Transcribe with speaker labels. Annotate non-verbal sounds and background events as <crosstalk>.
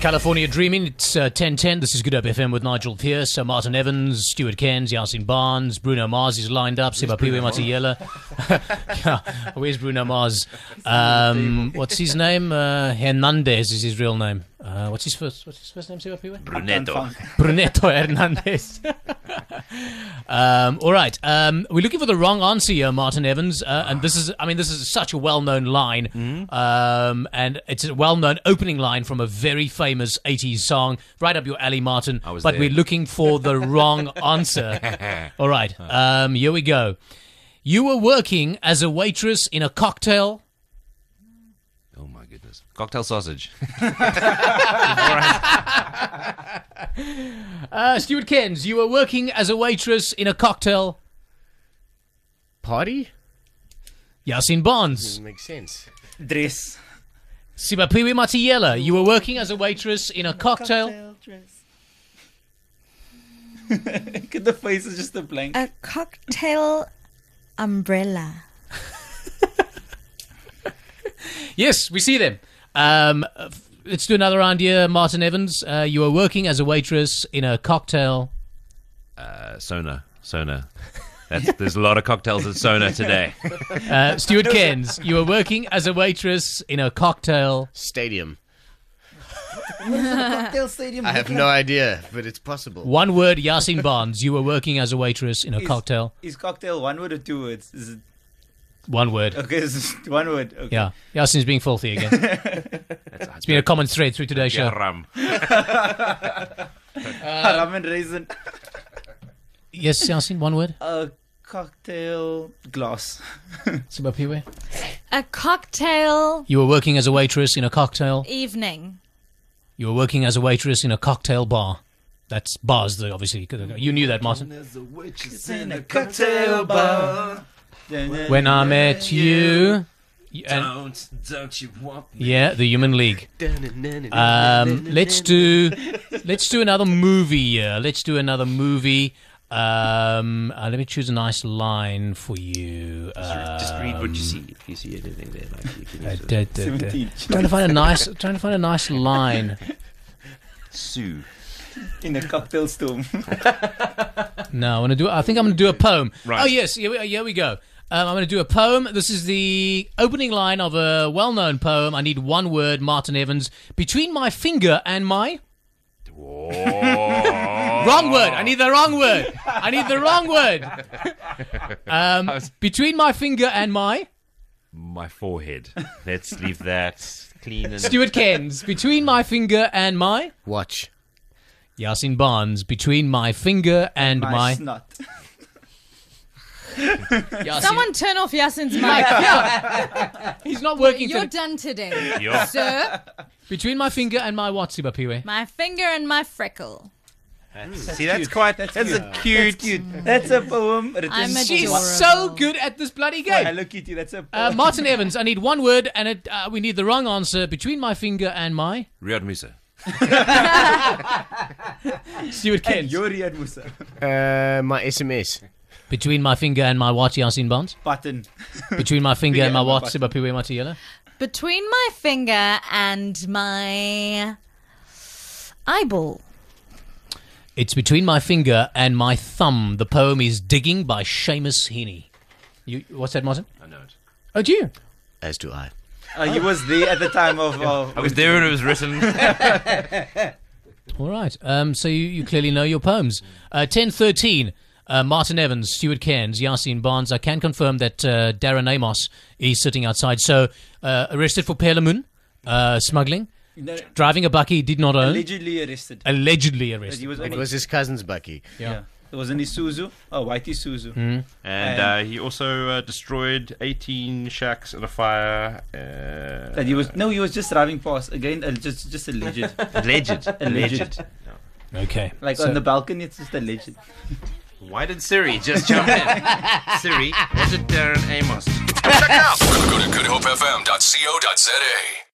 Speaker 1: California Dreaming. It's uh, 10.10. This is Good Up FM with Nigel Pearce, uh, Martin Evans, Stuart Cairns, Yasin Barnes, Bruno Mars is lined up, Sima Piwe Matiela. <laughs> yeah, where's Bruno Mars? Um, what's his name? Uh, Hernandez is his real name. Uh, what's his first What's his first name, Sima Piwe?
Speaker 2: Brunetto.
Speaker 1: <laughs> Brunetto Hernandez. <laughs> um, all right, um, we're looking for the wrong answer here, Martin Evans, uh, and this is—I mean, this is such a well-known line,
Speaker 2: Mm-hmm.
Speaker 1: um, and it's a well-known opening line from a very famous '80s song, right up your alley, Martin.
Speaker 2: I was
Speaker 1: but
Speaker 2: there.
Speaker 1: we're looking for the
Speaker 2: <laughs>
Speaker 1: wrong answer. all right, um, here we go. You were working as a waitress in a cocktail.
Speaker 2: Oh my goodness. Cocktail sausage.
Speaker 1: Uh, Stuart Kens, you were working as a waitress in a cocktail.
Speaker 3: Party?
Speaker 1: Yasin Bonds.
Speaker 3: Doesn't make sense.
Speaker 4: <laughs> Dress.
Speaker 1: Sibapiwi Matiela, you were working as a waitress in a cocktail.
Speaker 4: dress. the face is just a blank.
Speaker 5: A cocktail umbrella.
Speaker 1: Yes, we see them. Um, uh, f- let's do another round here, Martin Evans. Uh, you were working as a waitress in a cocktail.
Speaker 2: Uh, Sona. Sona. That's, there's a lot of cocktails at
Speaker 6: <laughs>
Speaker 2: Sona today.
Speaker 1: Uh, Stuart Kens, you were working as a waitress in a cocktail.
Speaker 3: Stadium.
Speaker 4: Cocktail stadium.
Speaker 3: I have no idea, but it's possible.
Speaker 1: One word, Yasin Barnes, you were working as a waitress in a
Speaker 4: Is-
Speaker 1: cocktail.
Speaker 4: Is cocktail one word or two words? Is it,
Speaker 1: One word.
Speaker 4: okay, it's just one word. Okay. <laughs>
Speaker 1: Yeah, Yasin's being filthy again. It's been a common thread through today's
Speaker 2: Yeah,
Speaker 1: show.
Speaker 2: rum.
Speaker 4: Haram and raisin.
Speaker 1: Yes, Yasin, one word.
Speaker 4: A cocktail glass.
Speaker 1: Sibapiwi.
Speaker 5: A cocktail
Speaker 1: You were working as a waitress in a cocktail.
Speaker 5: evening.
Speaker 1: You were working as a waitress in a cocktail bar. That's bars, though, obviously. You knew that, Martin.
Speaker 4: It's in a cocktail bar.
Speaker 1: When I met you. and-
Speaker 2: Don't, don't you want me?
Speaker 1: yeah, the Human League. Um, let's do, let's do another movie. Uh, let's do another movie. Um, uh, let me choose a nice line for you. Uh,
Speaker 2: Just read what you see. If you see anything there, like you can
Speaker 1: da,
Speaker 2: use it.
Speaker 1: da, da, da.
Speaker 4: Seventeen.
Speaker 1: Trying to find a nice, trying to find a nice <laughs> line.
Speaker 2: Sue.
Speaker 4: In a cocktail storm.
Speaker 1: No, I want to do. I think I'm going to do a poem.
Speaker 2: Right.
Speaker 1: Oh yes, here we, here we go. Um, I'm going to do a poem. This is the opening line of a well-known poem. I need one word, Martin Evans. Between my finger and my wrong word. I need the wrong word. I need the wrong <laughs> word. Um, between my finger and my
Speaker 2: My forehead. Let's leave that clean and
Speaker 1: Stuart Kens. Between my finger and my
Speaker 3: Watch.
Speaker 1: Yasin Barnes. Between my finger and
Speaker 4: My,
Speaker 1: my
Speaker 4: snot.
Speaker 1: Yasin-
Speaker 7: Someone turn off Yasin's
Speaker 1: Mike, <laughs>
Speaker 7: mic.
Speaker 1: yeah. He's not working.
Speaker 7: You're
Speaker 1: today.
Speaker 7: done today,
Speaker 2: You're-
Speaker 7: sir.
Speaker 1: Between my finger and my what, Siba Piwe?
Speaker 7: My finger and my freckle.
Speaker 2: See, that's quite. That's, a cute.
Speaker 4: That's a poem. written
Speaker 7: I'm a
Speaker 1: She's
Speaker 7: adorable.
Speaker 1: so good at this bloody
Speaker 4: by
Speaker 1: game.
Speaker 4: Hello Kitty. That's a
Speaker 1: Uh,
Speaker 4: poem.
Speaker 1: Martin Evans, I need one word, and it, uh, we need the wrong answer between my finger and my
Speaker 2: Riyad Musa.
Speaker 1: Stuart
Speaker 4: and
Speaker 1: Kent.
Speaker 4: you're Riyad Musa.
Speaker 3: Uh, my SMS.
Speaker 1: Between my finger and my what, Yasin Bonds? <laughs>
Speaker 4: Button.
Speaker 1: Between my finger and my
Speaker 4: and my
Speaker 1: what,
Speaker 4: button.
Speaker 1: Sibapiwe Matiela?
Speaker 7: Between my finger and my eyeball.
Speaker 1: It's between my finger and my thumb. The poem is Digging by Seamus Heaney. You, what's that, Martin?
Speaker 2: I know it.
Speaker 1: Oh, do you?
Speaker 3: As do I.
Speaker 4: Uh, he was there at the time <laughs> of. of
Speaker 2: I was there when it was written. That's
Speaker 1: All right. Um, so you, you clearly know your poems. Uh, Ten thirteen. Uh, Martin Evans, Stuart Cairns, Yasin Barnes. I can confirm that uh, Darren Amos is sitting outside. So uh, arrested for Pelamun, uh, smuggling,
Speaker 4: No,
Speaker 1: driving a bucky he did not own,
Speaker 4: allegedly arrested.
Speaker 1: allegedly
Speaker 4: But he
Speaker 1: arrested.
Speaker 4: was
Speaker 3: It
Speaker 4: only,
Speaker 3: was his cousin's Bucky.
Speaker 4: yeah. It was an Isuzu. Oh, white Isuzu.
Speaker 6: <laughs> And uh, he also uh, destroyed 18 shacks in a fire. Uh,
Speaker 4: That he was no, he was just driving past again. Uh, just, just alleged,
Speaker 2: Alleged. Alleged.
Speaker 1: Okay.
Speaker 4: like on the balcony. It's just alleged.
Speaker 6: why did Siri just jump in? Siri, was it Darren Amos?
Speaker 8: Go to goodhopefm.co.za.